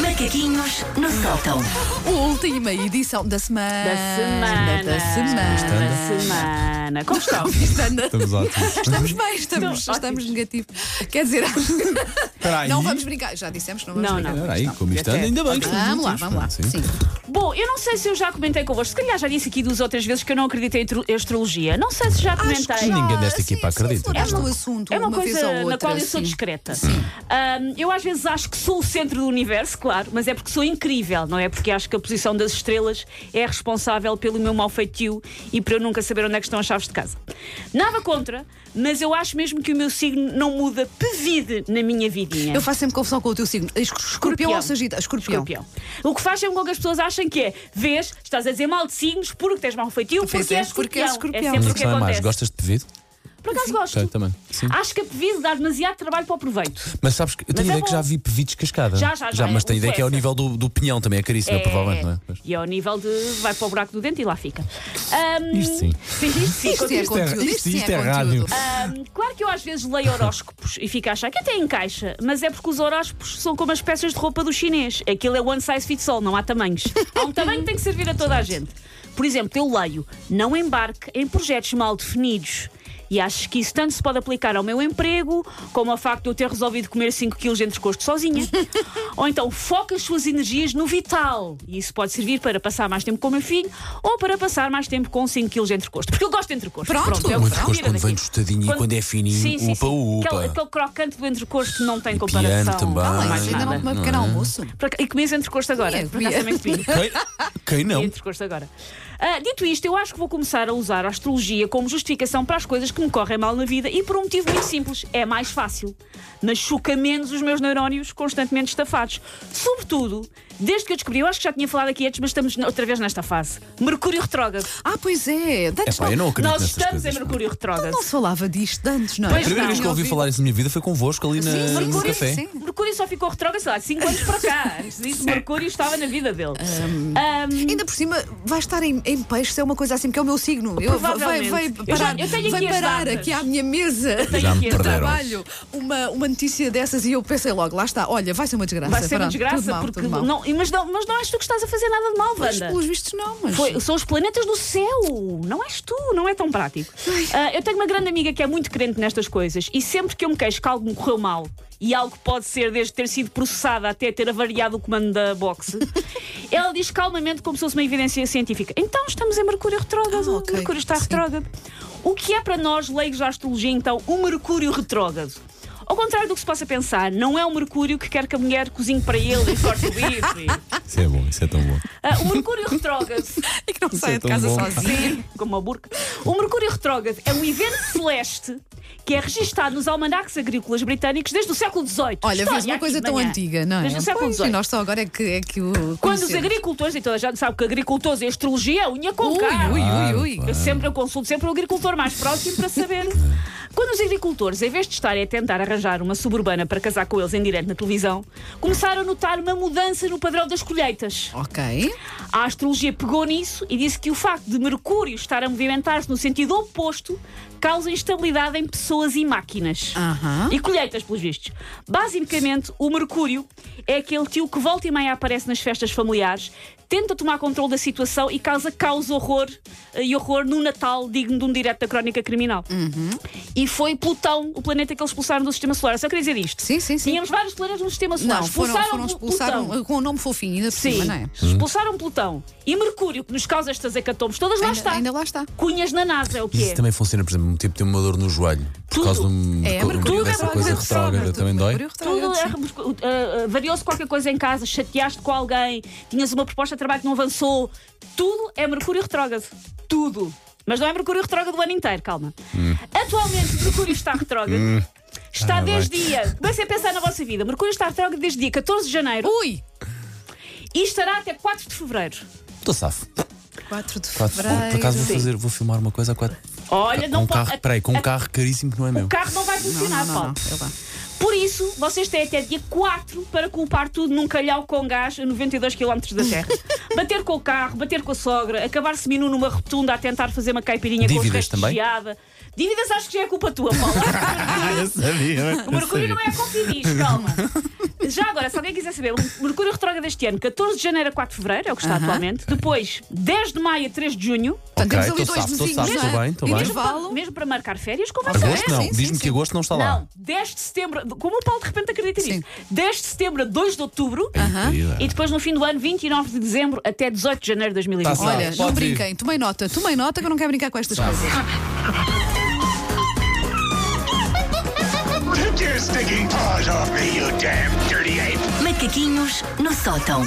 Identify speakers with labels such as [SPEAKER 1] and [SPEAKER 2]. [SPEAKER 1] Macaquinhos no sótão.
[SPEAKER 2] Última edição da semana.
[SPEAKER 3] Da semana.
[SPEAKER 2] Ah, Da semana.
[SPEAKER 3] Da semana. Como estão?
[SPEAKER 2] Estamos,
[SPEAKER 4] Estamos ótimos.
[SPEAKER 2] estamos bem, estamos,
[SPEAKER 3] Não,
[SPEAKER 2] estamos
[SPEAKER 3] ótimos.
[SPEAKER 2] negativos. Quer dizer,
[SPEAKER 4] Espera aí.
[SPEAKER 2] não vamos brincar. Já dissemos, que não vamos
[SPEAKER 3] Não,
[SPEAKER 2] brincar.
[SPEAKER 3] não.
[SPEAKER 4] Espera aí, como isto anda, ainda bem que estamos
[SPEAKER 2] Vamos lá,
[SPEAKER 4] juntos,
[SPEAKER 2] vamos lá. Sim.
[SPEAKER 4] pronto, sim.
[SPEAKER 3] Bom, eu não sei se eu já comentei convosco. Se calhar já disse aqui duas outras vezes que eu não acredito em tru- astrologia. Não sei se já
[SPEAKER 2] Acho que
[SPEAKER 3] comentei.
[SPEAKER 2] já,
[SPEAKER 4] Ninguém desta
[SPEAKER 2] sim,
[SPEAKER 4] equipa
[SPEAKER 2] Ah, sim,
[SPEAKER 4] acredita,
[SPEAKER 2] falaste
[SPEAKER 4] não.
[SPEAKER 2] do assunto
[SPEAKER 3] É uma,
[SPEAKER 2] vez
[SPEAKER 3] coisa
[SPEAKER 2] ou outra,
[SPEAKER 3] na qual eu sou
[SPEAKER 2] sim.
[SPEAKER 3] discreta. Ahm, eu às vezes acho que sou o centro do universo, claro, mas é porque sou incrível, não é? Porque acho que a posição das estrelas é responsável pelo meu mau feitio e por eu nunca saber onde é que estão as chaves de casa. Nada contra, mas eu acho mesmo que o meu signo não muda pevide na minha vidinha.
[SPEAKER 2] Eu faço sempre confusão com o teu signo. Escorpião, ou Sagitário? Escorpião.
[SPEAKER 3] Escorpião. O que faz é com que as pessoas achem que é vês, estás a dizer mal de signos porque tens mau feitio,
[SPEAKER 2] Pois
[SPEAKER 3] porque
[SPEAKER 2] é,
[SPEAKER 3] és
[SPEAKER 2] porque és
[SPEAKER 3] escorpião.
[SPEAKER 2] escorpião.
[SPEAKER 3] É sempre
[SPEAKER 4] Uma
[SPEAKER 3] o que
[SPEAKER 4] questão é mais,
[SPEAKER 3] acontece.
[SPEAKER 4] gostas de pedido?
[SPEAKER 3] Por acaso gosto.
[SPEAKER 4] Sei, também. Sim.
[SPEAKER 3] Acho que a pedido dá demasiado trabalho para o proveito.
[SPEAKER 4] Mas sabes que eu
[SPEAKER 3] Mas
[SPEAKER 4] tenho
[SPEAKER 3] é
[SPEAKER 4] ideia que
[SPEAKER 3] bom.
[SPEAKER 4] já vi pedidos cascada.
[SPEAKER 3] Já, já, já,
[SPEAKER 4] Mas
[SPEAKER 3] é,
[SPEAKER 4] tenho ideia que é ao
[SPEAKER 3] oferece.
[SPEAKER 4] nível do, do pinhão também, é caríssimo, provavelmente, não é? Mas-
[SPEAKER 3] E ao nível de vai para o buraco do dente e lá fica. Ahm,
[SPEAKER 4] Isto sim.
[SPEAKER 3] Sim, isto sim.
[SPEAKER 2] Isto é
[SPEAKER 4] é-
[SPEAKER 2] conteúdo.
[SPEAKER 4] isto-
[SPEAKER 2] sim
[SPEAKER 4] isto é
[SPEAKER 2] conteúdo.
[SPEAKER 4] rádio.
[SPEAKER 3] Ahm, claro que eu às vezes leio horóscopos e fico a achar que até encaixa, mas é porque os horóscopos são como as peças de roupa do chinês. Aquilo é one size fits all, não há tamanhos. Há um tamanho que tem que servir a toda a gente. Por exemplo, eu leio, não embarque em projetos mal definidos. E acho que isso tanto se pode aplicar ao meu emprego, como ao facto de eu ter resolvido comer 5 kg de entrecosto sozinha. ou então, foca as suas energias no vital. E isso pode servir para passar mais tempo com o meu filho ou para passar mais tempo com 5 kg de entrecosto. Porque eu gosto de entrecosto.
[SPEAKER 2] Pronto.
[SPEAKER 3] é o
[SPEAKER 2] Um
[SPEAKER 3] que
[SPEAKER 4] entrecosto
[SPEAKER 3] se tira
[SPEAKER 4] quando vem
[SPEAKER 3] daqui.
[SPEAKER 4] tostadinho e quando é fininho,
[SPEAKER 3] sim, sim,
[SPEAKER 4] upa,
[SPEAKER 3] sim.
[SPEAKER 4] upa.
[SPEAKER 3] Aquele, aquele crocante do entrecosto não tem
[SPEAKER 4] E
[SPEAKER 3] comparação.
[SPEAKER 4] piano também.
[SPEAKER 2] Ah,
[SPEAKER 3] Não,
[SPEAKER 2] lá,
[SPEAKER 3] mais
[SPEAKER 2] ainda
[SPEAKER 3] nada.
[SPEAKER 2] não comi um
[SPEAKER 4] é?
[SPEAKER 2] pequeno almoço.
[SPEAKER 3] Por ac- E comi esse entrecosto agora.
[SPEAKER 2] Comia,
[SPEAKER 3] Por acaso
[SPEAKER 2] comia.
[SPEAKER 3] também comi.
[SPEAKER 4] Quem, quem não?
[SPEAKER 3] Entrecosto agora. Ah, dito isto, eu acho que vou começar a usar a astrologia como justificação para as coisas que me correm mal na vida e por um motivo muito simples. É mais fácil. Mas choca menos os meus neurónios constantemente estafados. Sobretudo, desde que eu descobri, eu acho que já tinha falado aqui antes, mas estamos outra vez nesta fase. Mercúrio retrógrado.
[SPEAKER 2] Ah, pois é. Dantes
[SPEAKER 4] Epá, eu não acredito
[SPEAKER 3] Nós
[SPEAKER 4] nessas
[SPEAKER 3] estamos
[SPEAKER 4] coisas.
[SPEAKER 3] em Mercúrio retrógrado.
[SPEAKER 2] Então não se falava disto de antes, não é?
[SPEAKER 4] A
[SPEAKER 3] Pois
[SPEAKER 4] primeira
[SPEAKER 3] não.
[SPEAKER 4] vez que eu ouvi falar isso na minha vida foi convosco ali na,
[SPEAKER 2] Sim, sim,
[SPEAKER 4] no
[SPEAKER 2] sim,
[SPEAKER 4] café.
[SPEAKER 2] sim.
[SPEAKER 3] Mercúrio só ficou retrógrado, sei lá, 5 anos para cá. Antes disso, Mercúrio estava na vida dele. Ahm,
[SPEAKER 2] Ainda por cima, vai estar em, em peixe, se é uma coisa assim, que é o meu signo. Eu vai,
[SPEAKER 3] Provavelmente.
[SPEAKER 2] vai parar,
[SPEAKER 3] Eu já- eu tenho
[SPEAKER 2] vai
[SPEAKER 3] aqui as
[SPEAKER 2] parar
[SPEAKER 3] datas.
[SPEAKER 2] aqui à minha mesa
[SPEAKER 3] tenho
[SPEAKER 4] Já me
[SPEAKER 3] aqui é um a-
[SPEAKER 4] perderam.
[SPEAKER 2] trabalho uma, uma notícia dessas e eu pensei logo, lá está, olha, vai ser uma desgraça.
[SPEAKER 3] Vai ser uma
[SPEAKER 2] Pronto, tudo
[SPEAKER 3] desgraça,
[SPEAKER 2] mal,
[SPEAKER 3] porque.
[SPEAKER 2] tudo mal.
[SPEAKER 3] Não, mas, não, mas não és tu que estás a fazer nada de mal,
[SPEAKER 2] Mas,
[SPEAKER 3] Wanda.
[SPEAKER 2] pelos vistos não, mas
[SPEAKER 3] Foi- são os planetas do céu, não és tu, não é tão prático. Ah, eu tenho uma grande amiga que é muito crente nestas coisas e sempre que eu me queixo que algo me correu mal e algo pode ser desde ter sido processada até ter avariado o comando da boxe, ela diz calmamente como se fosse uma evidência científica. Então estamos em Mercúrio retrógrado,
[SPEAKER 2] Ah, ok.
[SPEAKER 3] Mercúrio está
[SPEAKER 2] Sim.
[SPEAKER 3] retrógrado. O que é para nós, leigos da astrologia, então, o Mercúrio retrógrado? Ao contrário do que se possa pensar, não é o Mercúrio que quer que a mulher cozinhe para ele e corte o bife.
[SPEAKER 4] Isso é bom, isso é tão bom.
[SPEAKER 3] Ah, o Mercúrio retrógrado
[SPEAKER 2] e que não
[SPEAKER 4] Isso
[SPEAKER 2] saia
[SPEAKER 4] é
[SPEAKER 2] de
[SPEAKER 4] tão
[SPEAKER 2] casa
[SPEAKER 4] bom.
[SPEAKER 2] sozinho.
[SPEAKER 3] como uma burca. O Mercúrio Retrógrado é um evento celeste que é registado nos almanaques agrícolas britânicos desde o século XVIII.
[SPEAKER 2] Olha,
[SPEAKER 3] História
[SPEAKER 2] vês uma
[SPEAKER 3] aqui
[SPEAKER 2] coisa
[SPEAKER 3] de
[SPEAKER 2] tão
[SPEAKER 3] manhã.
[SPEAKER 2] antiga, não é?
[SPEAKER 3] Desde o século
[SPEAKER 2] Pois,
[SPEAKER 3] XVIII.
[SPEAKER 2] e nós só agora é que, é que o
[SPEAKER 3] Quando os
[SPEAKER 2] conhecemos.
[SPEAKER 3] agricultores, então a gente sabe que agricultores é astrologia, é unha com carne.
[SPEAKER 2] Ui,
[SPEAKER 4] Claro,
[SPEAKER 2] ui, ui.
[SPEAKER 3] Eu sempre eu consulto sempre o agricultor mais próximo para saber. Quando os agricultores, em vez de estarem a tentar arranjar uma suburbana para casar com eles em direto na televisão, começaram a notar uma mudança no padrão das colheitas.
[SPEAKER 2] Ok.
[SPEAKER 3] A astrologia pegou nisso e disse que o facto de Mercúrio estar a movimentar-se no sentido oposto causa instabilidade em pessoas e máquinas.
[SPEAKER 2] Aham.
[SPEAKER 3] E colheitas, pelos vistos. Basicamente, o Mercúrio é aquele tio que volta e meia aparece nas festas familiares, tenta tomar controle da situação e causa caos, horror eh, e horror no Natal, digno de um direto da crónica criminal.
[SPEAKER 2] Uhum.
[SPEAKER 3] E foi Plutão o planeta que eles expulsaram do sistema solar. Eu Só queria dizer isto.
[SPEAKER 2] Sim, sim, sim.
[SPEAKER 3] Tínhamos vários planetas no sistema solar.
[SPEAKER 2] Não, foram,
[SPEAKER 3] expulsaram
[SPEAKER 2] foram
[SPEAKER 3] Plu-
[SPEAKER 2] expulsar
[SPEAKER 3] Plutão.
[SPEAKER 2] um- com o nome fofinho ainda por
[SPEAKER 3] Sim,
[SPEAKER 2] cima, não é?
[SPEAKER 4] Hum.
[SPEAKER 3] expulsaram Plutão e Mercúrio, que nos causa estas hecatombes todas, lá
[SPEAKER 2] Ainda-
[SPEAKER 3] está.
[SPEAKER 2] ainda lá está.
[SPEAKER 3] Cunhas na NASA, é o que
[SPEAKER 4] Isso
[SPEAKER 3] é.
[SPEAKER 4] também funciona, por exemplo, um tipo tem uma dor no joelho por
[SPEAKER 3] Tudo.
[SPEAKER 4] causa de um,
[SPEAKER 2] É,
[SPEAKER 4] de co-
[SPEAKER 2] Mercúrio
[SPEAKER 4] dessa
[SPEAKER 2] retrógrado,
[SPEAKER 4] coisa
[SPEAKER 2] retrógrado,
[SPEAKER 4] retrógrada, também dói.
[SPEAKER 2] Mercúrio
[SPEAKER 3] Tudo
[SPEAKER 2] retrógrado, sim.
[SPEAKER 3] é- ah, variou-se qualquer coisa em casa, chateaste com alguém, tinhas uma proposta de trabalho que não avançou. Tudo é Mercúrio retrógrado. Tudo. Mas não é Mercúrio retrógrado o ano inteiro, calma. Atualmente, Mercúrio está retrógrado. Está
[SPEAKER 4] Hum. Ah,
[SPEAKER 3] desde
[SPEAKER 4] vai.
[SPEAKER 3] dia. Comecem a pensar na vossa vida. Mercúrio está retrógrado desde dia 14 de janeiro
[SPEAKER 2] Ui!
[SPEAKER 3] e estará até 4 de fevereiro.
[SPEAKER 4] Estou safo.
[SPEAKER 2] 4 de
[SPEAKER 4] Quatro-
[SPEAKER 2] fevereiro.
[SPEAKER 4] Por acaso vou fazer, vou filmar uma coisa a quatro.
[SPEAKER 3] Olha,
[SPEAKER 4] com
[SPEAKER 3] não
[SPEAKER 4] um
[SPEAKER 3] pode.
[SPEAKER 4] carro, peraí, com
[SPEAKER 3] a-
[SPEAKER 4] um carro caríssimo que não é
[SPEAKER 3] O
[SPEAKER 4] meu.
[SPEAKER 3] carro não vai
[SPEAKER 2] Não,
[SPEAKER 3] funcionar,
[SPEAKER 2] não, não,
[SPEAKER 3] Paulo.
[SPEAKER 2] não. Eu vá.
[SPEAKER 3] Por isso, vocês têm até dia 4 para culpar tudo num calhau com gás a 92 km da terra. bater com o carro, bater com a sogra, acabar seminu numa rotunda a tentar fazer uma caipirinha com os
[SPEAKER 4] Dívidas
[SPEAKER 3] restos
[SPEAKER 4] também?
[SPEAKER 3] de geada. Dívidas acho que já é culpa tua, Paulo.
[SPEAKER 4] eu sabia.
[SPEAKER 3] O Mercúrio não é confidiz, calma. Já agora, se alguém quiser saber, o Mercúrio retroga deste ano, 14 de janeiro a 4 de fevereiro, é o que está atualmente. Depois, 10 de maio a 3 de junho.
[SPEAKER 2] Portanto,
[SPEAKER 4] Ok,
[SPEAKER 2] temos ali
[SPEAKER 4] tô
[SPEAKER 2] dois é?
[SPEAKER 4] safo, tô
[SPEAKER 2] mesinhos,
[SPEAKER 4] safo, tô bem, tô bem.
[SPEAKER 2] Intervalo.
[SPEAKER 3] Mesmo para marcar férias, como vai
[SPEAKER 4] Agosto
[SPEAKER 2] é,
[SPEAKER 4] não.
[SPEAKER 2] sim, sim,
[SPEAKER 4] Diz-me
[SPEAKER 2] sim.
[SPEAKER 4] que agosto não está lá.
[SPEAKER 3] Não, 10 de setembro, como o Paulo de repente acredita
[SPEAKER 2] Sim.
[SPEAKER 3] nisso, 10 de setembro a 2 de outubro
[SPEAKER 2] Aham.
[SPEAKER 4] Querida.
[SPEAKER 3] e depois no fim do ano, 29 de dezembro até 18 de janeiro de 2020.
[SPEAKER 4] Tá certo.
[SPEAKER 2] Olha, não
[SPEAKER 4] Pode ir.
[SPEAKER 2] brinquem, tomei nota, tomei nota que eu não quero brincar com estas coisas.
[SPEAKER 1] Take your stinking paws off me, you damn dirty ape!
[SPEAKER 5] Macaquinhos no sótão.